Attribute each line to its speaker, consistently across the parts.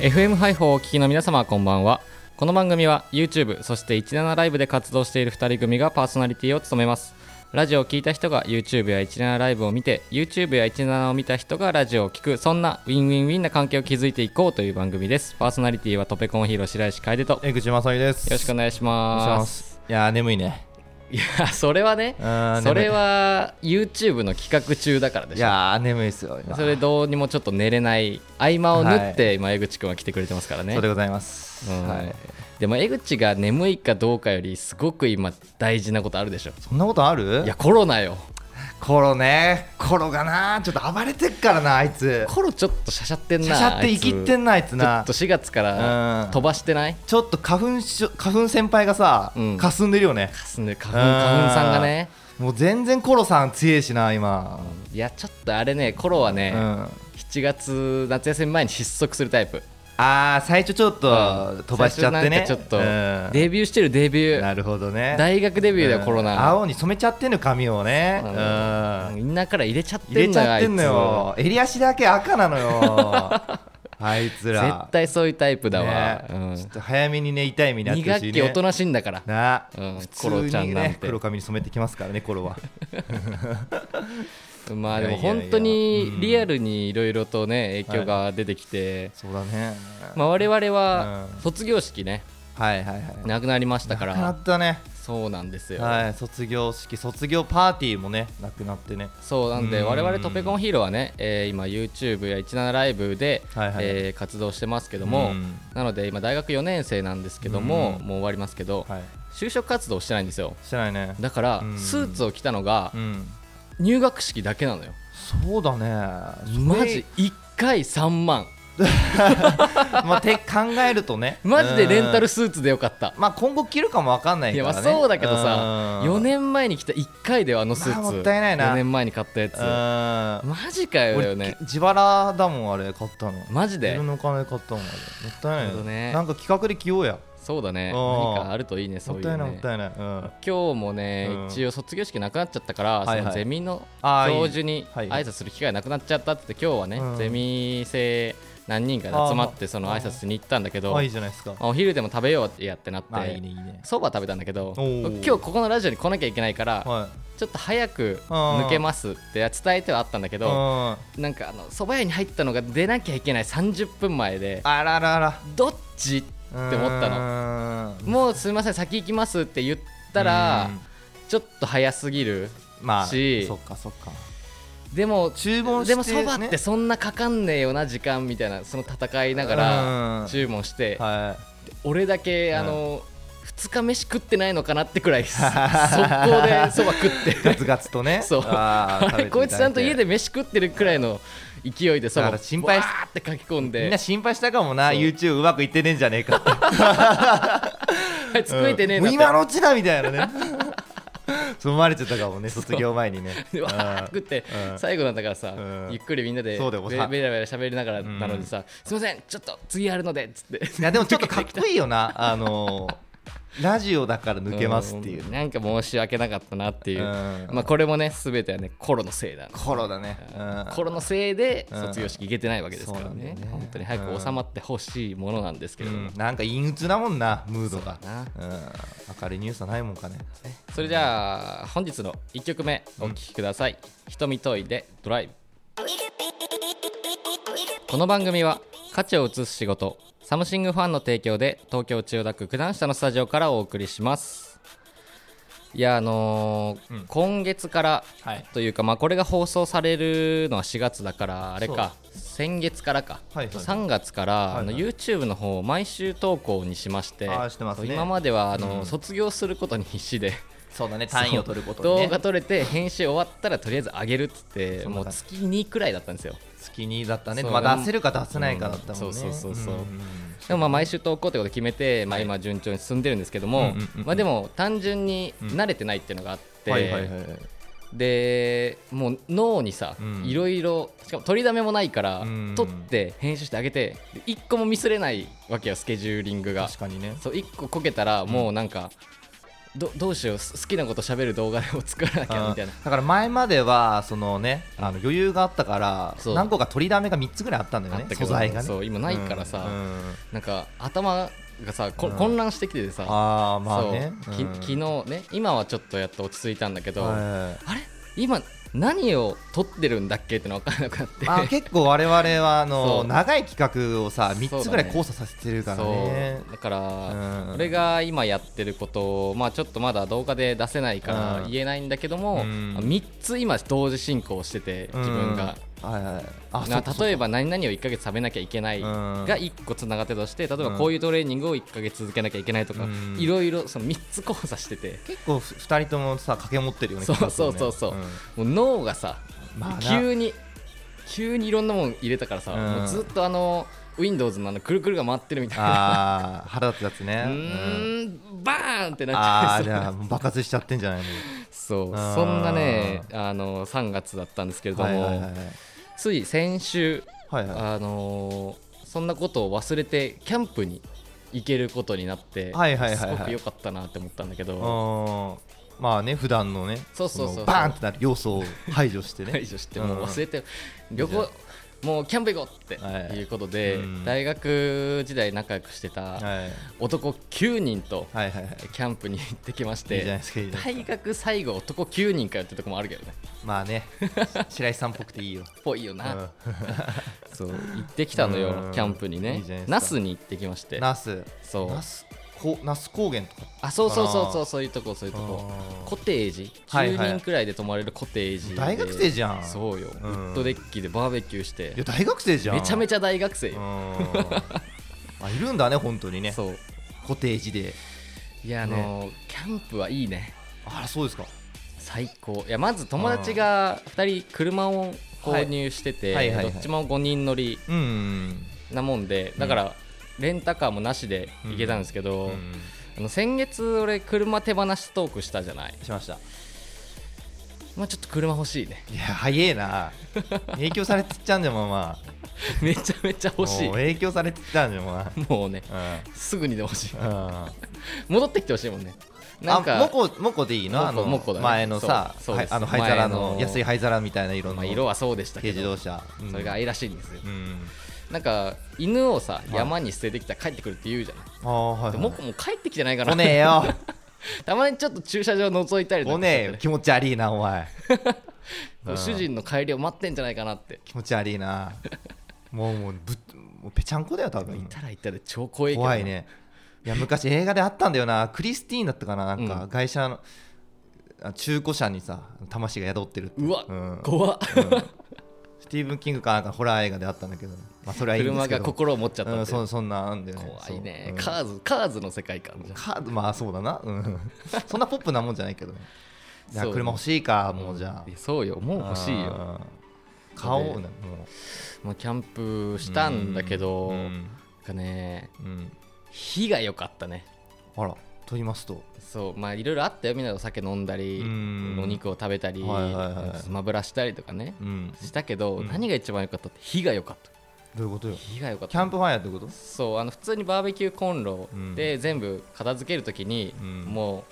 Speaker 1: FM 配報をお聞きの皆様こんばんはこの番組は YouTube そして17ライブで活動している2人組がパーソナリティを務めますラジオを聞いた人が YouTube や17ライブを見て YouTube や17を見た人がラジオを聞くそんなウィンウィンウィンな関係を築いていこうという番組ですパーソナリティはトペコンヒーロー白石楓とよ
Speaker 2: 江口まさみです。
Speaker 1: ろしくお願いし
Speaker 2: お願いし
Speaker 1: ま
Speaker 2: ますす。いやー眠いね。
Speaker 1: いやそれはね
Speaker 2: あー
Speaker 1: それ。
Speaker 2: 眠
Speaker 1: は YouTube の企画中だからで
Speaker 2: いい
Speaker 1: しょ
Speaker 2: やー眠いですよ。今
Speaker 1: それどうにもちょっと寝れない合間を縫って、今江口くんは来てくれてますからね
Speaker 2: そうでございます。
Speaker 1: うん
Speaker 2: はい。
Speaker 1: でも江口が眠いかどうかよりすごく今大事なことあるでしょ
Speaker 2: そんなことある？
Speaker 1: いやコロナよ
Speaker 2: コロね。コロがなー、ちょっと暴れてっからなあいつ。
Speaker 1: コロちょっとしゃしゃってんな
Speaker 2: しゃしゃって生きって
Speaker 1: ん
Speaker 2: んなあいつ
Speaker 1: ちょ
Speaker 2: な
Speaker 1: っと。4月から
Speaker 2: うん
Speaker 1: 飛ばしてない
Speaker 2: ちょっと花粉しょ花粉先輩がさ
Speaker 1: うん、
Speaker 2: 霞んでるよね。
Speaker 1: 霞んで花粉
Speaker 2: うん
Speaker 1: 花粉さんがね
Speaker 2: もう全然コロさん強いしな今。
Speaker 1: いやちょっとあれねコロは
Speaker 2: う
Speaker 1: ね、
Speaker 2: ん。
Speaker 1: 7月夏休み前に失速するタイプ
Speaker 2: あー最初ちょっ
Speaker 1: う
Speaker 2: と
Speaker 1: ん
Speaker 2: 飛ばしちゃってね。
Speaker 1: 最初なんかちょっと
Speaker 2: うん
Speaker 1: デビューしてるデビュー
Speaker 2: なるほどね。
Speaker 1: 大学デビューだよコロ
Speaker 2: うん
Speaker 1: ナ
Speaker 2: 青に染めちゃってんの髪をね。
Speaker 1: う
Speaker 2: うんん。
Speaker 1: みんなから入れちゃってんの
Speaker 2: 入
Speaker 1: よ
Speaker 2: れちゃってんの
Speaker 1: あい
Speaker 2: よ襟足だけ赤な のよあいつ
Speaker 1: つ
Speaker 2: ら
Speaker 1: 絶対そういうタイプだわ、
Speaker 2: ね
Speaker 1: うん、
Speaker 2: ちょっと早めにね痛い目にあっ
Speaker 1: 2
Speaker 2: てほ
Speaker 1: 学
Speaker 2: しい
Speaker 1: 期
Speaker 2: ね
Speaker 1: おとなしいんだから
Speaker 2: な
Speaker 1: うん
Speaker 2: 普
Speaker 1: コロち
Speaker 2: 通
Speaker 1: ゃん
Speaker 2: に
Speaker 1: なんて
Speaker 2: ね黒髪に染めてきますからねコロは
Speaker 1: まあ
Speaker 2: い
Speaker 1: でも
Speaker 2: やいやいや
Speaker 1: 本当にリアルにいろいろとね影響が出てきて、
Speaker 2: そうだね
Speaker 1: まあ、我々は
Speaker 2: うん
Speaker 1: 卒業式ね
Speaker 2: はいはいはい
Speaker 1: なくなりましたか
Speaker 2: なくな
Speaker 1: ら
Speaker 2: ったね
Speaker 1: そうなんですよ、
Speaker 2: はい卒業式卒業パーティーもねなくなってね
Speaker 1: そうなんで
Speaker 2: うん
Speaker 1: 我々トペコンヒーローはね、えー今 YouTube や17ライブで、
Speaker 2: はいはい
Speaker 1: えー活動してますけども
Speaker 2: うん
Speaker 1: なので今大学4年生なんですけども
Speaker 2: うん
Speaker 1: もう終わりますけど
Speaker 2: はい
Speaker 1: 就職活動してないんですよ
Speaker 2: してないね
Speaker 1: だから
Speaker 2: うん
Speaker 1: スーツを着たのが
Speaker 2: うん
Speaker 1: 入学式だけなのよ
Speaker 2: そうだね
Speaker 1: マジ1回3万
Speaker 2: まあて考えるとね
Speaker 1: マジでレンタ
Speaker 2: うん
Speaker 1: ルスーツでよかった
Speaker 2: まあ今後着るかもわかんない
Speaker 1: い
Speaker 2: か
Speaker 1: やま
Speaker 2: ら
Speaker 1: あ
Speaker 2: ね
Speaker 1: そうだけどさ
Speaker 2: うん
Speaker 1: 4年前に来た1回ではあのスーツ、
Speaker 2: まあもったいないな
Speaker 1: 4年前に買ったやつマ
Speaker 2: うん
Speaker 1: ジかよだよね
Speaker 2: 俺自腹だもんあれ買ったの
Speaker 1: マジ
Speaker 2: 自
Speaker 1: で
Speaker 2: 分のお金で買ったもんあれもったい
Speaker 1: なる
Speaker 2: ない
Speaker 1: ほど
Speaker 2: よ
Speaker 1: ね
Speaker 2: なんか企画で着ようや
Speaker 1: そうだね
Speaker 2: うん
Speaker 1: 何かあるといいねそ
Speaker 2: も
Speaker 1: う
Speaker 2: っ
Speaker 1: いう
Speaker 2: たいないも
Speaker 1: ね
Speaker 2: ったいないうん
Speaker 1: 今日もね、
Speaker 2: うん
Speaker 1: 一応卒業式なくなっちゃったから、
Speaker 2: はいはい
Speaker 1: そのゼミの
Speaker 2: あー
Speaker 1: 教授に
Speaker 2: は
Speaker 1: 挨
Speaker 2: いはい
Speaker 1: 拶する機会なくなっちゃったって言って今日はね、
Speaker 2: うん
Speaker 1: ゼミ生何人かで集まってその挨拶しに行ったんだけど
Speaker 2: あいいじゃないですか
Speaker 1: まあお昼でも食べようってやってなって
Speaker 2: あいいねいいね
Speaker 1: そば食べたんだけど
Speaker 2: お
Speaker 1: 今
Speaker 2: ー
Speaker 1: 日ここのラジオに来なきゃいけないから
Speaker 2: は
Speaker 1: ちょっと早く
Speaker 2: あー
Speaker 1: 抜けますって伝えてはあったんだけ
Speaker 2: い
Speaker 1: ど、
Speaker 2: うん
Speaker 1: なんかあの蕎麦屋に入ったのが出なきゃいけない30分前で
Speaker 2: あららら
Speaker 1: どっちって思ったの
Speaker 2: の
Speaker 1: もうすみません先行きますって言ったらちょっと早すぎる
Speaker 2: まあ
Speaker 1: し
Speaker 2: そっかそっか
Speaker 1: でも
Speaker 2: 注文して
Speaker 1: でも蕎麦って
Speaker 2: ね
Speaker 1: そんなかかんねえよな時間みたいなその戦いながら
Speaker 2: うん
Speaker 1: 注文して
Speaker 2: は
Speaker 1: 俺だけ
Speaker 2: ん
Speaker 1: あの2日飯食ってないのかなってく らい速攻でそば食っ
Speaker 2: いガ
Speaker 1: て
Speaker 2: ツガツと ね
Speaker 1: そう
Speaker 2: あー
Speaker 1: あれ
Speaker 2: 食
Speaker 1: こ
Speaker 2: べ
Speaker 1: い
Speaker 2: て
Speaker 1: つ
Speaker 2: ただ
Speaker 1: ちゃんと家で
Speaker 2: て
Speaker 1: 飯食ってるくらいの勢いでそ
Speaker 2: だか
Speaker 1: ば
Speaker 2: ら心配し
Speaker 1: わーって書き込んで
Speaker 2: みんな心配したかもな
Speaker 1: そう
Speaker 2: YouTube うまくいってねえんじゃねえかって
Speaker 1: あいつ食えてねえな
Speaker 2: も
Speaker 1: っ
Speaker 2: う
Speaker 1: て
Speaker 2: 今のうちだみたいなね そう思われちゃったかもね卒業前にね
Speaker 1: でわーって食って
Speaker 2: うん
Speaker 1: 最後なんだからさ
Speaker 2: うん
Speaker 1: ゆっくりみんなで
Speaker 2: そうだよ
Speaker 1: べ
Speaker 2: さ
Speaker 1: べらべら喋りながらなのにさ「すいませんちょっと次やるので」っつって
Speaker 2: いやでもちょっとかっこいいよな あのーラジオだから抜けますっていう
Speaker 1: うんなんか申し訳なかったなっていう
Speaker 2: うん
Speaker 1: まあこれもね全てはねコロのせいだ
Speaker 2: コロだねうん
Speaker 1: コロのせいで
Speaker 2: うん
Speaker 1: 卒業式行けてないわけですから
Speaker 2: そうな
Speaker 1: ね
Speaker 2: んだよね
Speaker 1: 本当に早く収まってほしいものなんですけ
Speaker 2: う
Speaker 1: れども
Speaker 2: んなんか陰鬱なもんなムードが
Speaker 1: そうだな
Speaker 2: うん明るいニュースはないもんかね
Speaker 1: それじゃあ本日の1曲目お聴きください「瞳研いでドライブ」この番組は価値を移す仕事サムシングファンの提供で東京千代田区九段下のスタジオからお送りしますいやあのー
Speaker 2: うん
Speaker 1: 今月から
Speaker 2: はい
Speaker 1: というか、まあ、これが放送されるのは4月だからあれか先月からか、
Speaker 2: はいはい
Speaker 1: 3月から、
Speaker 2: いはい
Speaker 1: あの YouTube の方を毎週投稿にしまして
Speaker 2: あーしてますね
Speaker 1: 今まではあの、
Speaker 2: うん
Speaker 1: 卒業することに必死で
Speaker 2: そうだね取るこ
Speaker 1: 動画撮れて編集終わったらとりあえず上げるっつって
Speaker 2: そんな
Speaker 1: もう
Speaker 2: 感じ
Speaker 1: 月2くらいだったんですよ
Speaker 2: 月にだったね
Speaker 1: そう
Speaker 2: まあ出せるか出せないかだったもんね
Speaker 1: うんそうそうそうそうんでもまあ毎週投稿ってこと決めて、まあ、今順調に進んでるんですけど
Speaker 2: うん
Speaker 1: も
Speaker 2: うんうんうん
Speaker 1: まあでも単純に慣れてないっていうのがあって、
Speaker 2: はいはいはいはい
Speaker 1: でもう脳にさ
Speaker 2: うん
Speaker 1: いろいろしかも取りだめもないから、
Speaker 2: うん
Speaker 1: 撮って編集してあげてで一個もミスれないわけよスケジューリングが
Speaker 2: 確かにね
Speaker 1: そう一個こけたらもうなんか、どどうしようす好きなこと喋る動画でも作らなきゃみたいな
Speaker 2: だから前まではそのねあの余裕があったから
Speaker 1: そう
Speaker 2: 何個か取りだめが3つぐらいあったんだよ
Speaker 1: あ
Speaker 2: ね
Speaker 1: ったけ
Speaker 2: 素
Speaker 1: ど、
Speaker 2: 材がね
Speaker 1: そう今ないからさ、
Speaker 2: うんうん
Speaker 1: なんか頭がさこ
Speaker 2: うん
Speaker 1: 混乱してきててさ、
Speaker 2: ああまあね
Speaker 1: そうき
Speaker 2: うん
Speaker 1: 昨日ね今はちょっとやっと落ち着いたんだけど、
Speaker 2: はい
Speaker 1: あれ今何を撮ってるんだっけっての分からなくなって
Speaker 2: あ結構我々はあ
Speaker 1: そ
Speaker 2: の
Speaker 1: う
Speaker 2: 長い企画をさ3つぐらい
Speaker 1: そうだね
Speaker 2: 交差させてるからね
Speaker 1: そうだから、
Speaker 2: うん
Speaker 1: 俺が今やってることを、まあ、ちょっとまだ動画で出せないか
Speaker 2: う
Speaker 1: ら
Speaker 2: ん
Speaker 1: 言えないんだけども、
Speaker 2: うん
Speaker 1: 3つ今同時進行してて自分が、
Speaker 2: うんはいはいあ
Speaker 1: な例え
Speaker 2: ば
Speaker 1: ば何々を1ヶ月食べなきゃいけない
Speaker 2: うん
Speaker 1: が1個つながってとして例え
Speaker 2: う
Speaker 1: ば
Speaker 2: ん
Speaker 1: こういうトレーニングを1ヶ月続けなきゃいけないとか
Speaker 2: うん
Speaker 1: いろいろその3つ交差してて
Speaker 2: 結構ふ2人ともさ掛け持ってるよね
Speaker 1: そうそう
Speaker 2: 企画をね
Speaker 1: そうそうんもう脳がさ
Speaker 2: まあな
Speaker 1: 急に急にいろんなもん入れたからさ
Speaker 2: うん
Speaker 1: もうずっとあの Windows のあのくるくるが回ってるみたいな
Speaker 2: ああ腹立つやつね
Speaker 1: う
Speaker 2: うん
Speaker 1: ーんバーンってなっ
Speaker 2: ああ
Speaker 1: て
Speaker 2: じ
Speaker 1: る
Speaker 2: ゃあもう爆発しちゃってんじゃない の
Speaker 1: そう
Speaker 2: あー
Speaker 1: そんなねあの3月だったんですけれど
Speaker 2: はいはいはい
Speaker 1: もつい先週
Speaker 2: はいは
Speaker 1: あのーそんなことを忘れてキャンプに行けることになって
Speaker 2: はいはいはい
Speaker 1: す
Speaker 2: はい
Speaker 1: ごく良かったなって思ったんだけ
Speaker 2: い
Speaker 1: ど
Speaker 2: うんまあね普段のね
Speaker 1: そうそうそう
Speaker 2: のバーンってなる要素を排除してね
Speaker 1: 解除してもう忘れ
Speaker 2: れ
Speaker 1: て旅行もうキャンプ行こう
Speaker 2: は
Speaker 1: って
Speaker 2: い
Speaker 1: いうことで
Speaker 2: うん
Speaker 1: 大学時代仲良くしてた
Speaker 2: はい
Speaker 1: 男9人と
Speaker 2: はいはいはい
Speaker 1: キャンプに行ってきまし
Speaker 2: いいじゃな
Speaker 1: て
Speaker 2: いですかいいじゃない
Speaker 1: 大学最後男9人かよってとこもあるけどね
Speaker 2: まあ ね白石さんっぽくていいよ
Speaker 1: ぽいよ
Speaker 2: う
Speaker 1: なんそう行ってきたの
Speaker 2: う
Speaker 1: よ
Speaker 2: ん
Speaker 1: キャンプに
Speaker 2: い
Speaker 1: ね
Speaker 2: いじゃないですか
Speaker 1: 那須に行ってきまして
Speaker 2: 那須
Speaker 1: そう
Speaker 2: 那須こ那須高原とか
Speaker 1: あそうそうそうそうそういうとこそういうとこ
Speaker 2: あー
Speaker 1: コテージ
Speaker 2: はいはい
Speaker 1: 10人くらいで泊まれるコテージで
Speaker 2: 大学生じゃん
Speaker 1: そうよウ
Speaker 2: うん
Speaker 1: ッドデッキでバーベキューして
Speaker 2: いや大学生じゃん
Speaker 1: めちゃめ
Speaker 2: ち
Speaker 1: ちゃ大学生よ
Speaker 2: あいるんだね本当にね
Speaker 1: そう
Speaker 2: コテージで
Speaker 1: いやあのーキャンプはいいね
Speaker 2: あらそうですか
Speaker 1: 最高いやまず友達が2人車を購入してて
Speaker 2: はいはいはい
Speaker 1: ど
Speaker 2: はい
Speaker 1: っちも5人乗り
Speaker 2: うんうん
Speaker 1: なもんでだからレンタカーもなしで行けたんですけ
Speaker 2: う
Speaker 1: ど
Speaker 2: ん
Speaker 1: あの先月俺車手放しトークしたじゃない
Speaker 2: しました
Speaker 1: まあちょっと車欲しいね
Speaker 2: いや早えな影響されてっちゃうんじゃんまあまあ
Speaker 1: めちゃめちゃ欲しい
Speaker 2: もう影響されてっちゃうんじゃんま
Speaker 1: もうね
Speaker 2: あ
Speaker 1: すぐにでも欲しい
Speaker 2: うんうん
Speaker 1: 戻ってきてほしいもんねな
Speaker 2: あ
Speaker 1: んか
Speaker 2: モコモコでいいのあ
Speaker 1: モコ
Speaker 2: の
Speaker 1: モコだね
Speaker 2: 前のさ
Speaker 1: そうそうです
Speaker 2: はいあの灰皿
Speaker 1: 前
Speaker 2: の
Speaker 1: の
Speaker 2: 安い灰皿みたいな色
Speaker 1: ま
Speaker 2: の
Speaker 1: あ、色はそうでしたけ
Speaker 2: 軽自
Speaker 1: ど
Speaker 2: 動車うん
Speaker 1: それが愛らしいんですよ、
Speaker 2: うん
Speaker 1: なんか犬をさ
Speaker 2: い
Speaker 1: 山に捨ててきたら帰ってくるって言うじゃない、
Speaker 2: ああはい
Speaker 1: で
Speaker 2: は
Speaker 1: も
Speaker 2: い
Speaker 1: もう帰ってきてないか
Speaker 2: 来
Speaker 1: ら、
Speaker 2: ねえよ
Speaker 1: たまにちょっと駐車場覗いた りと
Speaker 2: 来
Speaker 1: か
Speaker 2: ねえよ気持ち悪いなお前
Speaker 1: もう主人の帰りを待ってんじゃないかなって
Speaker 2: 気持ち悪いなもうもうぶっもうぺちゃんこだよ多分
Speaker 1: いたらいたら超怖いけどな
Speaker 2: 怖いねいや昔映画であったんだよなクリスティーンだったかななん
Speaker 1: う
Speaker 2: か
Speaker 1: ん
Speaker 2: 会社の、あ中古車にさ魂が宿ってるって
Speaker 1: うわ、
Speaker 2: ん
Speaker 1: 怖っ
Speaker 2: スティーブン・キングかなんかホラー映画であったんだけど、まあ、それはいいんで
Speaker 1: 車
Speaker 2: すけ
Speaker 1: が
Speaker 2: ど
Speaker 1: 心を持っちゃったっ
Speaker 2: うん、
Speaker 1: て、
Speaker 2: そそんなあんだよね
Speaker 1: 怖いね、
Speaker 2: そううん
Speaker 1: カーズカーズの世界観じゃん
Speaker 2: カードまあそうだな、うん、 そんなポップなもんじゃな いけどねじゃあ
Speaker 1: そう
Speaker 2: 車欲しいかもうじゃあ
Speaker 1: いやそうよもう欲しいよ
Speaker 2: うん買おうねもう
Speaker 1: もうキャンプしたんだけど、
Speaker 2: う
Speaker 1: な
Speaker 2: ん
Speaker 1: んかね
Speaker 2: うん
Speaker 1: 火が良かったね
Speaker 2: あらと言いますと
Speaker 1: そうまあいろいろあったよみんなでお酒飲んだり
Speaker 2: うん
Speaker 1: お肉を食べたり、
Speaker 2: はいはいはい
Speaker 1: スマブラしたりとかね
Speaker 2: うん
Speaker 1: したけど、
Speaker 2: うん
Speaker 1: 何が一番良かったって火が良かった
Speaker 2: どういうことよ
Speaker 1: 火が良かっ
Speaker 2: キ
Speaker 1: た
Speaker 2: ャンプファイヤーってこと
Speaker 1: そうあの普通にバーベキューコンロで全部片付けるときに、
Speaker 2: うん
Speaker 1: もう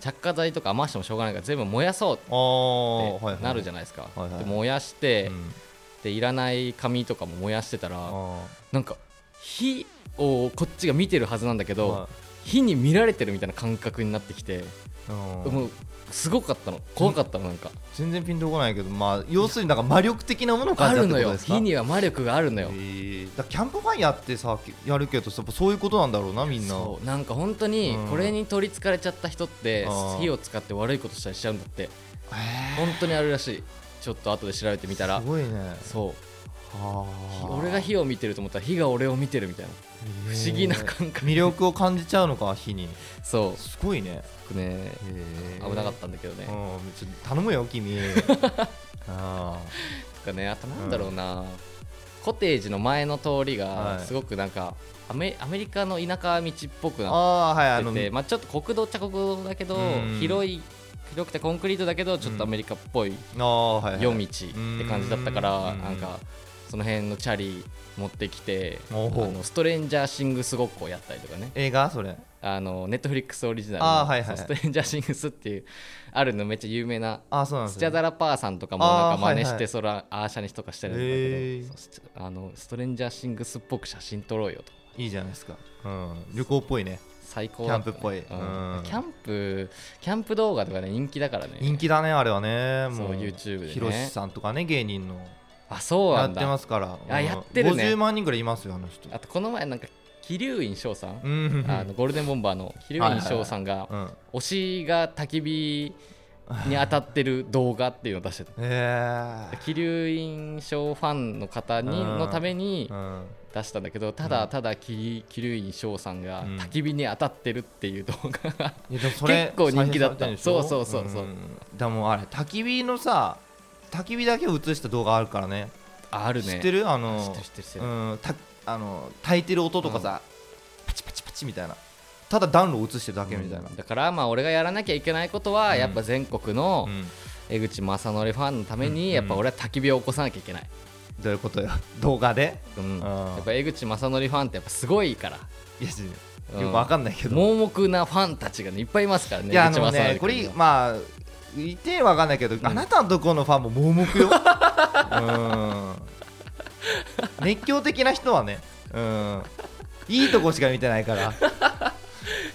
Speaker 1: 着火剤とか余してもしょうがないから全部燃やそうっ
Speaker 2: ああ、はいは
Speaker 1: て
Speaker 2: い、
Speaker 1: なるじ
Speaker 2: ゃ
Speaker 1: ゃないですか、
Speaker 2: はいはい
Speaker 1: で燃やして、
Speaker 2: うん、
Speaker 1: でいらない紙とかも燃やしてたら
Speaker 2: あ
Speaker 1: なんか火をこっちが見てるはずなんだけ
Speaker 2: ー
Speaker 1: ど、火に見られてるみたいな感覚になってきて、
Speaker 2: まあうん
Speaker 1: もうすごかったの怖かったのなんか
Speaker 2: 全然ピンとこないけど、まあ、要するになんか魔力的なものを
Speaker 1: あ
Speaker 2: 感じた
Speaker 1: る
Speaker 2: って
Speaker 1: の
Speaker 2: こと
Speaker 1: よ
Speaker 2: ですか
Speaker 1: 火には魔力があるのよ
Speaker 2: えーだからキャンプファイヤーってさやるけどさそういうことなんだろうなみんな
Speaker 1: そうなんか本当に
Speaker 2: うん
Speaker 1: これに取りつかれちゃった人って
Speaker 2: あー
Speaker 1: 火を使って悪いことしたりしちゃうんだって
Speaker 2: え
Speaker 1: 本当にあるらしいちょっと後で調べてみた
Speaker 2: ー
Speaker 1: ら
Speaker 2: すごいね
Speaker 1: そう
Speaker 2: あー
Speaker 1: 俺が火を見てると思ったら火が俺を見てるみたいな不思議な感覚
Speaker 2: 魅力を感じちゃうのか火に
Speaker 1: そ
Speaker 2: すごいね
Speaker 1: うね
Speaker 2: 危
Speaker 1: 危なかったたんだけどね
Speaker 2: うんちょっと頼むよ 君あ
Speaker 1: とかねあとなんだろうなコテージの前の通り
Speaker 2: は
Speaker 1: が
Speaker 2: い
Speaker 1: すごくなんかアメアメリカの田舎道っぽく
Speaker 2: ー
Speaker 1: なっ
Speaker 2: あーはいあ
Speaker 1: っ
Speaker 2: の
Speaker 1: ててまあ、ちょっと国道っちゃ国道だけど
Speaker 2: うん
Speaker 1: 広い広くてコンクリートだけどちょっとアメリカっぽい
Speaker 2: あーはいはい
Speaker 1: 夜道って感じだったから
Speaker 2: うん
Speaker 1: なんかその辺のチャリ持ってきてあ
Speaker 2: おほう
Speaker 1: のストレンジャーシングスごっこをやったりとかね
Speaker 2: 映画それ
Speaker 1: あのネットフリックスオリジナル
Speaker 2: あーはいは
Speaker 1: の
Speaker 2: いはい
Speaker 1: そうストレンジャーシングスっていうあるのめっちゃ有名な
Speaker 2: あそうなんで
Speaker 1: ス
Speaker 2: す
Speaker 1: チャ
Speaker 2: ね
Speaker 1: ダラパーさんとかもなんか真似
Speaker 2: あ
Speaker 1: し
Speaker 2: ーはいは
Speaker 1: て
Speaker 2: い
Speaker 1: そらアーシャにとかしたりとかだ
Speaker 2: へ
Speaker 1: けど
Speaker 2: ー
Speaker 1: そうスチャあのストレンジャーシングスっぽく写真撮ろうよと
Speaker 2: いいじゃないですか、うん、旅行っぽいね
Speaker 1: 最高だたね
Speaker 2: キャンプっぽい
Speaker 1: うん
Speaker 2: うん
Speaker 1: キャンプキャンプ動画とかね人気だからね
Speaker 2: 人気だねあれはね
Speaker 1: そう
Speaker 2: もう
Speaker 1: YouTube でね
Speaker 2: ひろしさんとかね芸人の
Speaker 1: あそう
Speaker 2: や
Speaker 1: な
Speaker 2: っ
Speaker 1: ん
Speaker 2: て
Speaker 1: だ
Speaker 2: ますから
Speaker 1: あ
Speaker 2: うん
Speaker 1: やってるね
Speaker 2: 50万人ぐらいいますよあの人
Speaker 1: あとこの前なんか桐生院翔さん、
Speaker 2: うん
Speaker 1: あのゴールデンボンバーの桐生院翔さんが
Speaker 2: うん
Speaker 1: 推しが焚き火に当たってる動画っていうのを出してた
Speaker 2: え
Speaker 1: 桐生院翔ファンの方に
Speaker 2: うん
Speaker 1: のために
Speaker 2: ーうん
Speaker 1: 出したんだけどただただ桐桐生院翔さんが
Speaker 2: うん
Speaker 1: 焚き火に当たってるっていう動画が
Speaker 2: いやでもそれ
Speaker 1: 結構人気だった
Speaker 2: 再生されてんでしょ
Speaker 1: そうそうそうそうん
Speaker 2: でもあれ焚き火のさ焚き火だけを映した動画あるからね
Speaker 1: あるね
Speaker 2: 知ってるあ
Speaker 1: 知っ
Speaker 2: の
Speaker 1: てる知ってる知って
Speaker 2: う
Speaker 1: る
Speaker 2: んたあの炊いてる音とかさ、パチパチパチみたいなただ暖炉を映してるだけみたいな、
Speaker 1: うんだからまあ俺がやらなきゃいけないことはやっぱ全国の
Speaker 2: うん
Speaker 1: 江口正則ファンのため
Speaker 2: うん
Speaker 1: にやっぱ俺は焚き火を起こさなきゃいけない、
Speaker 2: どういうことよ動画で
Speaker 1: うん、
Speaker 2: あー
Speaker 1: やっぱ江口正則ファンってやっぱすごいから
Speaker 2: いやち
Speaker 1: うん
Speaker 2: よくわかんないけど、
Speaker 1: 盲目なファンたちがねいっぱいいますからね
Speaker 2: いやあ
Speaker 1: 江口
Speaker 2: の
Speaker 1: 正
Speaker 2: ね
Speaker 1: 則
Speaker 2: こ
Speaker 1: 君に
Speaker 2: れ
Speaker 1: は
Speaker 2: まあ言ってわかんないけど、あなたのところのファンも盲目ようん熱狂的な人はねうんいいとこしか見てないから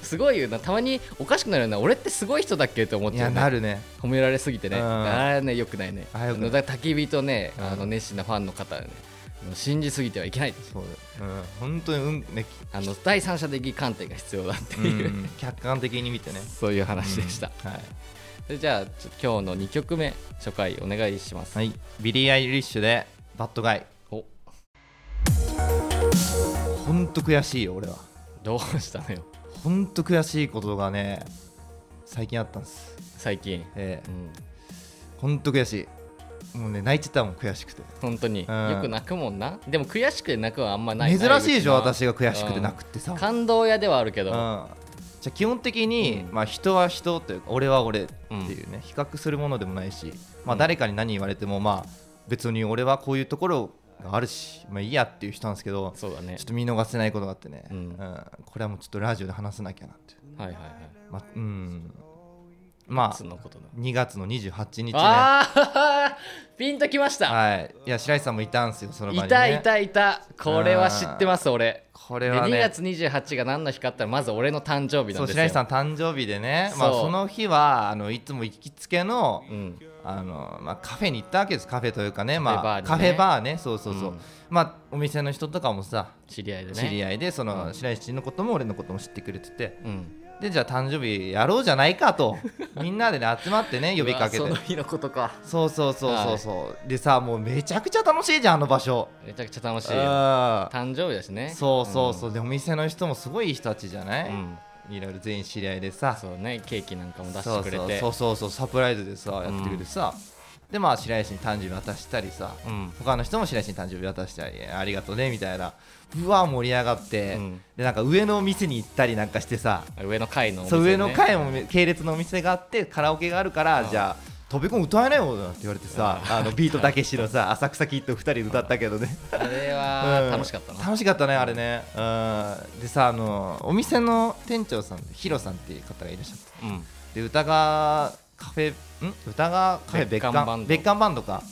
Speaker 1: すごいよなたまにおかしくなるよな俺ってすごい人だっけと思っ
Speaker 2: い
Speaker 1: て、
Speaker 2: や
Speaker 1: ね、
Speaker 2: なるね
Speaker 1: 褒められすぎてね
Speaker 2: うん
Speaker 1: あれねよくないね
Speaker 2: あ良くない
Speaker 1: のだから焚き火とね
Speaker 2: うん
Speaker 1: あの熱心なファンの方はねもう信じすぎてはいけない
Speaker 2: そうだよ、うん、本当にうんね
Speaker 1: あの第三者的観点が必要だって
Speaker 2: う
Speaker 1: いう、
Speaker 2: ん客観的に見てね
Speaker 1: そういう話でした、
Speaker 2: はい、
Speaker 1: それじゃあちょ今日の2曲目初回お願いします、
Speaker 2: はい、ビリー・アイリッシュで「バッドガイ
Speaker 1: お」
Speaker 2: ほんと悔しいよ俺は
Speaker 1: どうしたのよ
Speaker 2: ほんと悔しいことがね最近あったんです
Speaker 1: 最近、
Speaker 2: ええ
Speaker 1: うん、
Speaker 2: ほんと悔しいもうね泣いちゃったもん悔しくて
Speaker 1: 本当に、
Speaker 2: うん
Speaker 1: よく泣くもんなでも悔しくて泣くはあんまない
Speaker 2: 珍
Speaker 1: な
Speaker 2: しいでしょ私が悔しくて泣く
Speaker 1: う
Speaker 2: ってさ、
Speaker 1: ん
Speaker 2: うん、
Speaker 1: 感動屋ではあるけ
Speaker 2: じ
Speaker 1: ど、
Speaker 2: ゃあ基本的に、
Speaker 1: うん
Speaker 2: まあ、人は人というか俺は俺っていうね、比較するものでもないし、まあ、
Speaker 1: うん
Speaker 2: 誰かに何言われても、まあ、別に俺はこういうところがあるし、まあ、いいやっていう人なんですけど
Speaker 1: そうだね
Speaker 2: ちょっと見逃せないことがあってね、
Speaker 1: うん
Speaker 2: これはもうちょっとラジオで話さなきゃなって、
Speaker 1: はいはいはい
Speaker 2: まあうんまあ
Speaker 1: そ、のことだ
Speaker 2: 2月の28日ね、は
Speaker 1: あー ピンときました、
Speaker 2: い、いや白石さんもいたんですよ、その場に、ね。
Speaker 1: いたいたいたこれは知ってます俺
Speaker 2: こ
Speaker 1: で
Speaker 2: れは
Speaker 1: 2
Speaker 2: ね、
Speaker 1: 月28日が何の日かって言ったらまず俺の誕生日な
Speaker 2: そ
Speaker 1: ん
Speaker 2: う
Speaker 1: ですよ
Speaker 2: 白石さん誕生日でね、まあ、
Speaker 1: そう
Speaker 2: その日はあのいつも行きつけの
Speaker 1: うん
Speaker 2: あの、まあ、カフェに行ったわけです、カフェというかね、まあ、
Speaker 1: カ
Speaker 2: カ
Speaker 1: フ
Speaker 2: フ
Speaker 1: ェ
Speaker 2: ェ
Speaker 1: バ
Speaker 2: バーね、そうそうそう、
Speaker 1: うん
Speaker 2: まあ、お店の人とかもさ、
Speaker 1: 知り合いでね
Speaker 2: 知り合いで、その、
Speaker 1: うん
Speaker 2: 白石のことも俺のことも知ってくれてて。
Speaker 1: うん
Speaker 2: でじゃあ誕生日やろうじゃない かとみんなでね集まってね呼びかけ
Speaker 1: うわ
Speaker 2: て
Speaker 1: その日のことか
Speaker 2: そうそうそうそうそう、でさもうめちゃくちゃ楽しいじゃんあの場所
Speaker 1: めちゃくちゃ楽しい
Speaker 2: あ
Speaker 1: 誕生日だしね
Speaker 2: そうそうそう、でお店の人もすごいいい人たちじゃない、
Speaker 1: うん
Speaker 2: いろいろ全員知り合いでさ
Speaker 1: そうねケーキなんかも出し
Speaker 2: そ
Speaker 1: てく
Speaker 2: う
Speaker 1: れ
Speaker 2: そう
Speaker 1: て
Speaker 2: そうそうそうサプライズでさやってくれてさ、でまあ白石に誕生日渡したりさ、
Speaker 1: うん
Speaker 2: 他の人も白石に誕生日渡したりありがとうねみたいなうわ盛り上がって、
Speaker 1: うん
Speaker 2: でなんか上のお店に行ったりなんかしてさ
Speaker 1: 上の階のお店
Speaker 2: そう
Speaker 1: ね
Speaker 2: 上の階も系列のお店があってカラオケがあるから、
Speaker 1: うん
Speaker 2: じゃあ飛び込む歌えないよなんて言われてさ、あのビートたけしのさ浅草キッド2人で歌ったけどね、
Speaker 1: あれ
Speaker 2: う
Speaker 1: は
Speaker 2: ん
Speaker 1: 楽しかったな
Speaker 2: 楽しかったねあれね、うん、でさあのお店の店長さんでヒロさんっていう方がいらっしゃって
Speaker 1: うん
Speaker 2: で歌がカフェん歌がカフェ
Speaker 1: 別
Speaker 2: 別
Speaker 1: 館
Speaker 2: 館
Speaker 1: バンド
Speaker 2: 別館バンドか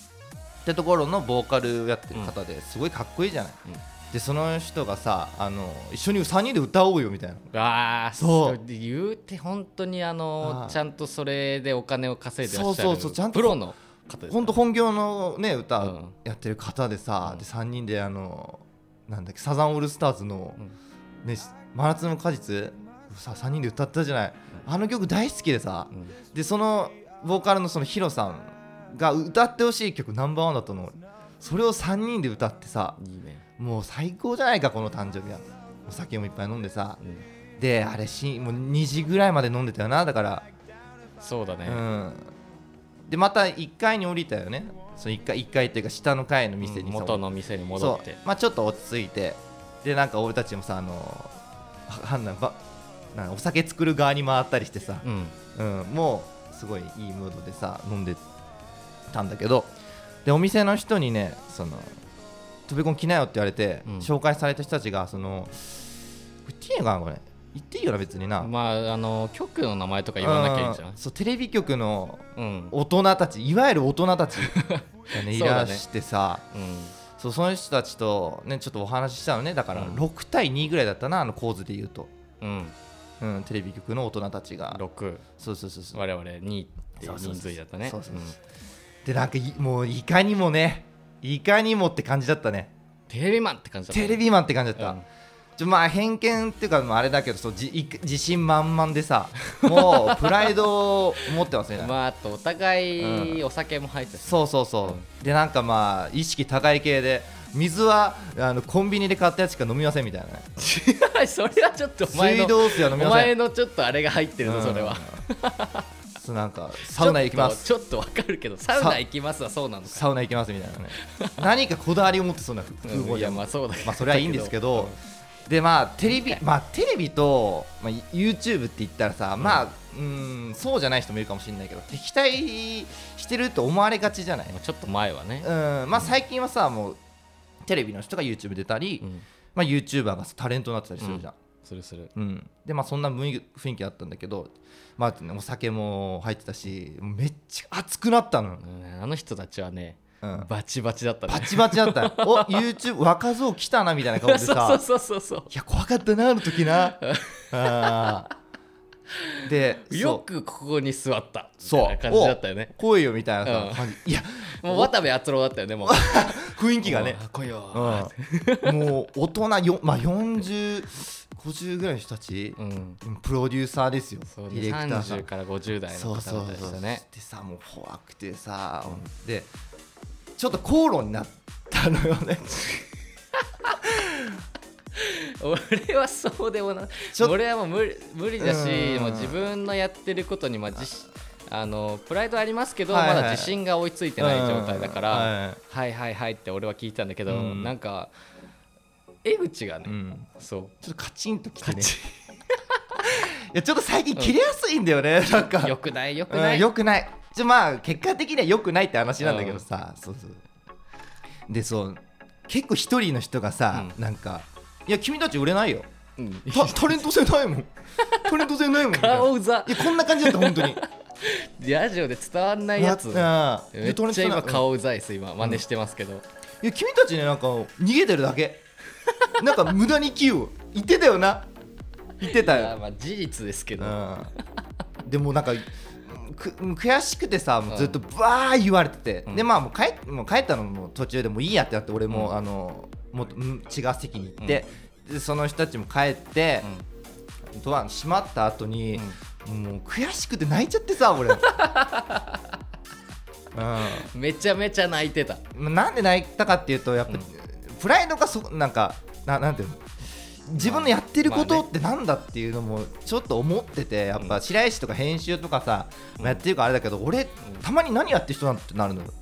Speaker 2: ってところのボーカルをやってる方ですごいかっこいいじゃない、
Speaker 1: うん
Speaker 2: でその人がさあの一緒に3人で歌おうよみたいな
Speaker 1: ああ
Speaker 2: そう
Speaker 1: 言うて本当にあの
Speaker 2: はい
Speaker 1: ちゃんとそれでお金を稼いでらっしゃる
Speaker 2: そうそうそうちゃんと
Speaker 1: プロの方です
Speaker 2: 本当本業のね歌
Speaker 1: うん
Speaker 2: やってる方でさ、
Speaker 1: うん
Speaker 2: で3人であのなんだっけサザンオールスターズの、ね「真夏の果実」さ3人で歌ったじゃないあの曲大好きでさ、
Speaker 1: うん
Speaker 2: でそのボーカルのそのヒロさんが歌ってほしい曲ナンバーワンだったのそれを3人で歌ってさ
Speaker 1: いいね
Speaker 2: もう最高じゃないかこの誕生日はお酒もいっぱい飲んでさ
Speaker 1: うん
Speaker 2: であれしもう2時ぐらいまで飲んでたよなだから
Speaker 1: そうだね
Speaker 2: うん、でまた1階に降りたよねその 1, 階1階っていうか下の階の店
Speaker 1: うん
Speaker 2: にさ、
Speaker 1: 元の店に戻って
Speaker 2: そうまあ、ちょっと落ち着いてでなんか俺たちもさあのははんなばなんかお酒作る側に回ったりしてさ、
Speaker 1: うん
Speaker 2: うんもうすごいいいムードでさ飲んでたんだけどでお店の人にねその飛び込み着なよって言われて、
Speaker 1: うん
Speaker 2: 紹介された人たちがその言っていいのかなこれ言っていいよな別にな、
Speaker 1: まああの局の名前とか言わなきゃいいんじゃない
Speaker 2: うんそうテレビ局の
Speaker 1: うん、
Speaker 2: 大人たちいわゆる大 人たちがねい
Speaker 1: そうだ
Speaker 2: ら
Speaker 1: ね
Speaker 2: してさ
Speaker 1: うん、
Speaker 2: そうその人たちとねちょっとお話ししたのねだから
Speaker 1: うん
Speaker 2: 6対2ぐらいだったなあの構図で言うと、
Speaker 1: うん、
Speaker 2: うん、テレビ局の大人たちが
Speaker 1: 6
Speaker 2: そうそうそうそう
Speaker 1: 我々2っていう人数だったね
Speaker 2: そうそうそう
Speaker 1: うん
Speaker 2: でなんかいもういかにもねいかにもって感じだったね
Speaker 1: テレビマンって感じだったね
Speaker 2: テレビマンって感じだった、
Speaker 1: うん
Speaker 2: ちょまあ偏見っていうかまああれだけどそうじい自信満々で さもうプライドを持ってますね、
Speaker 1: まああとお互いお酒も入ってたし、
Speaker 2: そうそうそう、でなんかまあ意識高い系で水はあのコンビニで買ったやつしか飲みませんみたいなね
Speaker 1: それはちょっとお前
Speaker 2: 水
Speaker 1: の
Speaker 2: 道水は
Speaker 1: お
Speaker 2: 飲みません
Speaker 1: 前のちょっとあれが入ってる
Speaker 2: う
Speaker 1: の
Speaker 2: ん
Speaker 1: それは、
Speaker 2: そうなんかサウナ行きます
Speaker 1: ちょっとちょっとわかるけどサウナ行きますはそうなのか
Speaker 2: サウナ行きますみたいなね何かこだわりを持ってそんな風
Speaker 1: うん
Speaker 2: 貌
Speaker 1: い
Speaker 2: じゃ
Speaker 1: や
Speaker 2: ん
Speaker 1: まあそうだけど
Speaker 2: まあそれはいいんですけど、でまあテレビまあテレビと、まあ、YouTube って言ったらさ、まあうんそうじゃない人もいるかもしれないけど敵対してると思われがちじゃない、
Speaker 1: まあちょっと前はね
Speaker 2: うん、まあ最近はさもうテレビの人が YouTube 出たり、
Speaker 1: うん
Speaker 2: まあ、YouTuber がタレントになってたりするじゃん、
Speaker 1: するする
Speaker 2: うんでまあそんな雰囲気雰囲気だったんだけどまあねお酒も入ってたしめっちゃ熱くなった
Speaker 1: う
Speaker 2: の、
Speaker 1: んあの人たちはね
Speaker 2: うん、
Speaker 1: バチバチだった
Speaker 2: バ
Speaker 1: ね
Speaker 2: チバチだったお YouTube 若造来たなみたいな顔でさ
Speaker 1: そう そうそうそう
Speaker 2: いや怖かったなあの 時なあーで
Speaker 1: よ
Speaker 2: そう
Speaker 1: くここに座ったみ
Speaker 2: そう
Speaker 1: たいな感じだったよね
Speaker 2: お来いよみたいな
Speaker 1: うん
Speaker 2: さ感じ、いや
Speaker 1: もう渡部篤郎だったよねもう
Speaker 2: 雰囲気がね
Speaker 1: もう来いよ
Speaker 2: うん、もう大人よ、まあ、4050ぐらいの人たち、
Speaker 1: うん
Speaker 2: プロデューサーですよ
Speaker 1: そう
Speaker 2: デ
Speaker 1: ね
Speaker 2: ィレクターさん
Speaker 1: 30から50代
Speaker 2: そ
Speaker 1: の
Speaker 2: う
Speaker 1: 方
Speaker 2: そ
Speaker 1: 々
Speaker 2: う
Speaker 1: でし
Speaker 2: そう
Speaker 1: た
Speaker 2: で
Speaker 1: ね
Speaker 2: さもう怖くてさ、でちょっと口論になったのよね
Speaker 1: 俺はそうでもない
Speaker 2: ちょっ
Speaker 1: 俺はもう無理無理だし
Speaker 2: うん
Speaker 1: もう自分のやってることにまあ自信あのプライドありますけど、
Speaker 2: はいはい
Speaker 1: まだ自信が追いついてない状態だから、
Speaker 2: うんはい
Speaker 1: はいはいはいって俺は聞いたんだけど、
Speaker 2: うん
Speaker 1: なんか江口がね、
Speaker 2: うん
Speaker 1: そう
Speaker 2: ちょっとカチンときてね いやちょっと最近切れやすいんだよね、なんか
Speaker 1: よくないよく
Speaker 2: う、
Speaker 1: なんい、
Speaker 2: よくないじゃまあ結果的にはよくないって話なんだけどさ、そうそうでそう結構一人の人がさ、
Speaker 1: う
Speaker 2: なんか「いや君たち売れないよ
Speaker 1: うん
Speaker 2: たタレント性ないもんタレント性ないもん」みたいな
Speaker 1: 顔ざ
Speaker 2: いやこんな感じだった本当 に
Speaker 1: ラジオで伝わんないやつ
Speaker 2: う
Speaker 1: め
Speaker 2: ん
Speaker 1: っ
Speaker 2: いやタレント
Speaker 1: ちゃ
Speaker 2: 性ない
Speaker 1: 今顔うざいです今真似してますけど、
Speaker 2: いや君たちねなんか逃げてるだけなんか無駄に器用言ってたよな言ってた
Speaker 1: いや
Speaker 2: よ、
Speaker 1: まあ事実ですけど、
Speaker 2: うん、でもなんかく悔しくてさもうずっとバー言われてて、
Speaker 1: うん
Speaker 2: でまあもう帰もう帰ったのも途中でもういいやってなって俺も、
Speaker 1: うん
Speaker 2: あのもっとうん違う席に行って、でその人たちも帰って、ドア閉まった後に、もう悔しくて泣いちゃって さ俺、うん
Speaker 1: うんめちゃめちゃ泣いてた
Speaker 2: まあなんで泣いたかっていうとやっぱり、プライドがそなんかななんていうの自分のやってることってなんだっていうのもちょっと思っててやっぱ白石とか編集とかさ、
Speaker 1: うん
Speaker 2: やってるからあれだけど俺たまに何やってる人なんてなるのよ、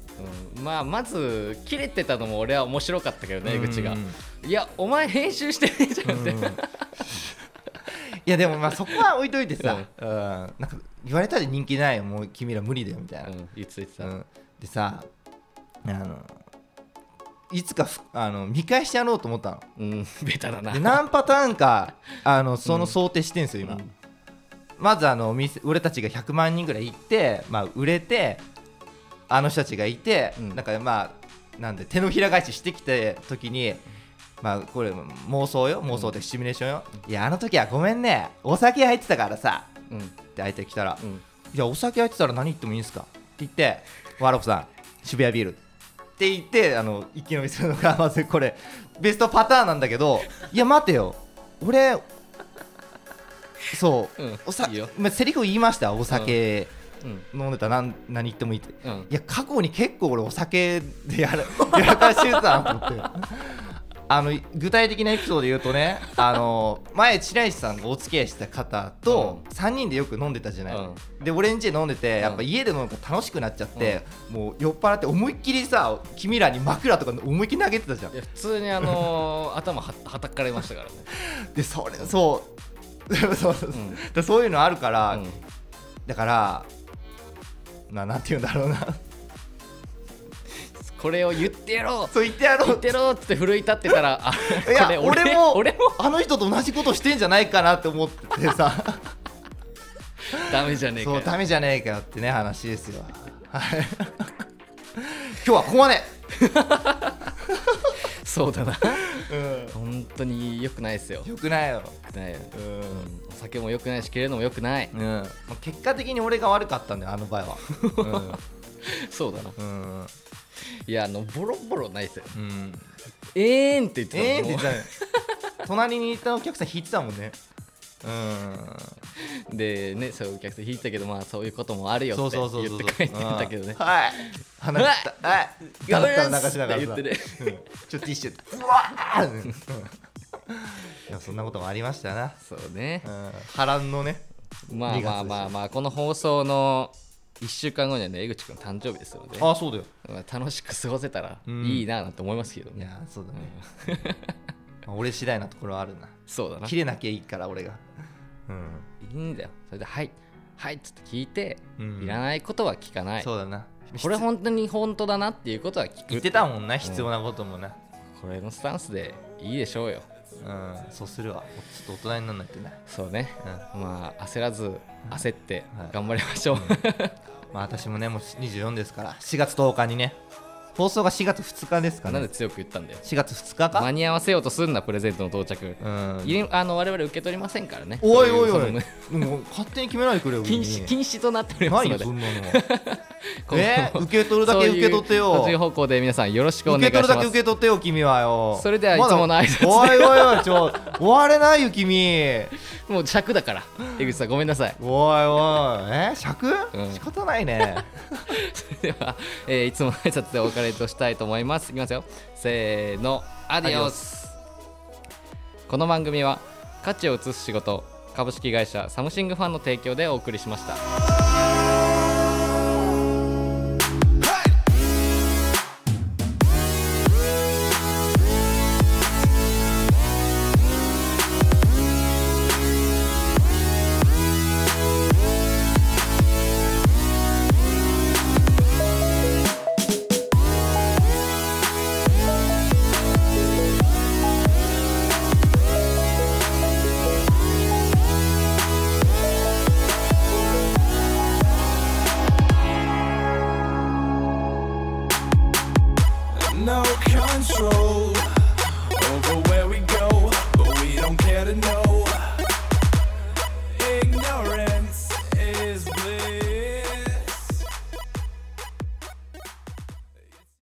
Speaker 1: うんまあまず切れてたのも俺は面白かったけどね江口が
Speaker 2: うん
Speaker 1: いやお前編集してねえじゃん って、
Speaker 2: うんいやでもまあそこは置いといてさ、
Speaker 1: う
Speaker 2: うんなんか言われたで人気ないよもう君ら無理だよみたいな、
Speaker 1: うん言ってた、
Speaker 2: うんでさあのいつかふあの見返してやろうと思ったの
Speaker 1: うん、ベタだな
Speaker 2: で何パターンかあのその想定してんすよ、今、
Speaker 1: うん
Speaker 2: まずあのお店俺たちが100万人ぐらい行って、まあ、売れてあの人たちがいて、
Speaker 1: うん
Speaker 2: なんかまあなんで手のひら返ししてきた時にまあこれ妄想よ妄想でシミュレーションよ、いやあの時はごめんねお酒入ってたからさ
Speaker 1: うん
Speaker 2: って相手来たら、
Speaker 1: うん
Speaker 2: いやお酒入ってたら何言ってもいいんすかって言ってワロフさん渋谷ビールって言ってあの一気飲みするのがまずこれベストパターンなんだけどいや待てよ俺そう、
Speaker 1: うん
Speaker 2: おさ
Speaker 1: いいよ
Speaker 2: まあ、セリフ言いましたお酒
Speaker 1: うん
Speaker 2: 飲んでたら何何言ってもいいって、
Speaker 1: うん
Speaker 2: いや過去に結構俺お酒でやら やらかしてるなと思ってあの具体的なエピソードで言うとねあの前白石さんがお付き合いしてた方と3人でよく飲んでたじゃない、で俺ん家で飲んでてやっぱ家で飲むのが楽しくなっちゃって、もう酔っ払って思いっきりさ君らに枕とか思いっきり投げてたじゃん
Speaker 1: いや普通にあ のー頭ははたかれましたからね、
Speaker 2: でそれそうそう そうそう
Speaker 1: うん
Speaker 2: でそういうのあるから、
Speaker 1: うん
Speaker 2: だからななんて言うんだろうな
Speaker 1: これを言ってやろう
Speaker 2: そう言ってやろ
Speaker 1: 言
Speaker 2: う
Speaker 1: ってやろうっつって奮い立ってたらあ
Speaker 2: いや
Speaker 1: これ俺
Speaker 2: 俺も
Speaker 1: 俺も
Speaker 2: あの人と同じことしてんじゃないかなって思っててさ
Speaker 1: ダメじゃねえか
Speaker 2: そう
Speaker 1: よ
Speaker 2: ダメじゃねえかよってね話ですよはい 今日はここまで、
Speaker 1: そうだな
Speaker 2: う
Speaker 1: 本当に良くないですよ
Speaker 2: ん、よくないよ、
Speaker 1: 良くないよ
Speaker 2: うん
Speaker 1: お酒も良くないし蹴れるのも良くない
Speaker 2: うんまあ結果的に俺が悪かったんだよあの場合は
Speaker 1: そうだな
Speaker 2: うんうん
Speaker 1: いやあのボロボロないですよ
Speaker 2: うん
Speaker 1: えーんって言ってたもん
Speaker 2: ええって言
Speaker 1: も
Speaker 2: ってたね隣にいたお客さん引いてたもんねうん
Speaker 1: うでねそういうお客さん引いてたけどまあそういうこともあるよ
Speaker 2: そう
Speaker 1: って
Speaker 2: そうそう
Speaker 1: 言
Speaker 2: そ
Speaker 1: っ
Speaker 2: う
Speaker 1: て帰ってたけどね
Speaker 2: うんはい話したはいだらだら流しながらさ
Speaker 1: 言ってね
Speaker 2: うんちょっとティッシュうわーうんいやそんなこともありましたな
Speaker 1: そうね
Speaker 2: うん波乱のね
Speaker 1: まあまあまあまあこの放送の1週間後にはね江口くん誕生日ですので
Speaker 2: あそうだよ
Speaker 1: まあ楽しく過ごせたら
Speaker 2: うん
Speaker 1: いいななんて思いますけど
Speaker 2: い
Speaker 1: ね、
Speaker 2: やそうだねまあ俺次第なところはあるな
Speaker 1: そうだな
Speaker 2: 切れなきゃいいから俺がうん
Speaker 1: いいんだよそれで「はいはい」っつって聞いて、
Speaker 2: うん
Speaker 1: いらないことは聞かない
Speaker 2: そうだな
Speaker 1: これ本当に本当だなっていうことは聞く
Speaker 2: 言ってたもんな必要なこともな
Speaker 1: これのスタンスでいいでしょうよ
Speaker 2: うんそうするわちょっと大人になんなきゃな
Speaker 1: そうね
Speaker 2: うん
Speaker 1: まあ焦らず焦って
Speaker 2: はい
Speaker 1: 頑張りましょう、
Speaker 2: まあ私もねもう24ですから4月10日にね放送が4月2日です か
Speaker 1: なん
Speaker 2: ね
Speaker 1: で強く言ったんだよ
Speaker 2: 4月2日か
Speaker 1: 間に合わせようとすんなプレゼントの到着、
Speaker 2: うん
Speaker 1: いあの我々受け取りませんからね
Speaker 2: おいおい
Speaker 1: そ
Speaker 2: お
Speaker 1: う
Speaker 2: いう
Speaker 1: その
Speaker 2: もう勝手に決めないでくれよ
Speaker 1: 禁
Speaker 2: 上
Speaker 1: 止
Speaker 2: に
Speaker 1: 禁止となっておりま
Speaker 2: な
Speaker 1: す
Speaker 2: い
Speaker 1: の
Speaker 2: よ
Speaker 1: で
Speaker 2: そんなの
Speaker 1: 今後
Speaker 2: えー受け取るだけ受け取って
Speaker 1: そういう
Speaker 2: よ
Speaker 1: 途中方向で皆さんよろしくお願
Speaker 2: 受
Speaker 1: い
Speaker 2: け
Speaker 1: します
Speaker 2: 取るだけ受け取ってよ君はよ
Speaker 1: それではいつもの挨拶で
Speaker 2: まだおいおいおいちょ終われないよ君
Speaker 1: もう尺だから江口さんごめんなさい
Speaker 2: おいおいえ尺、
Speaker 1: うん
Speaker 2: 仕方ないね
Speaker 1: では、えーいつもの挨拶でお別れとしたいと思いますいきますよせーのアディオスこの番組は価値を移す仕事株式会社サムシングファンの提供でお送りしました
Speaker 3: no control.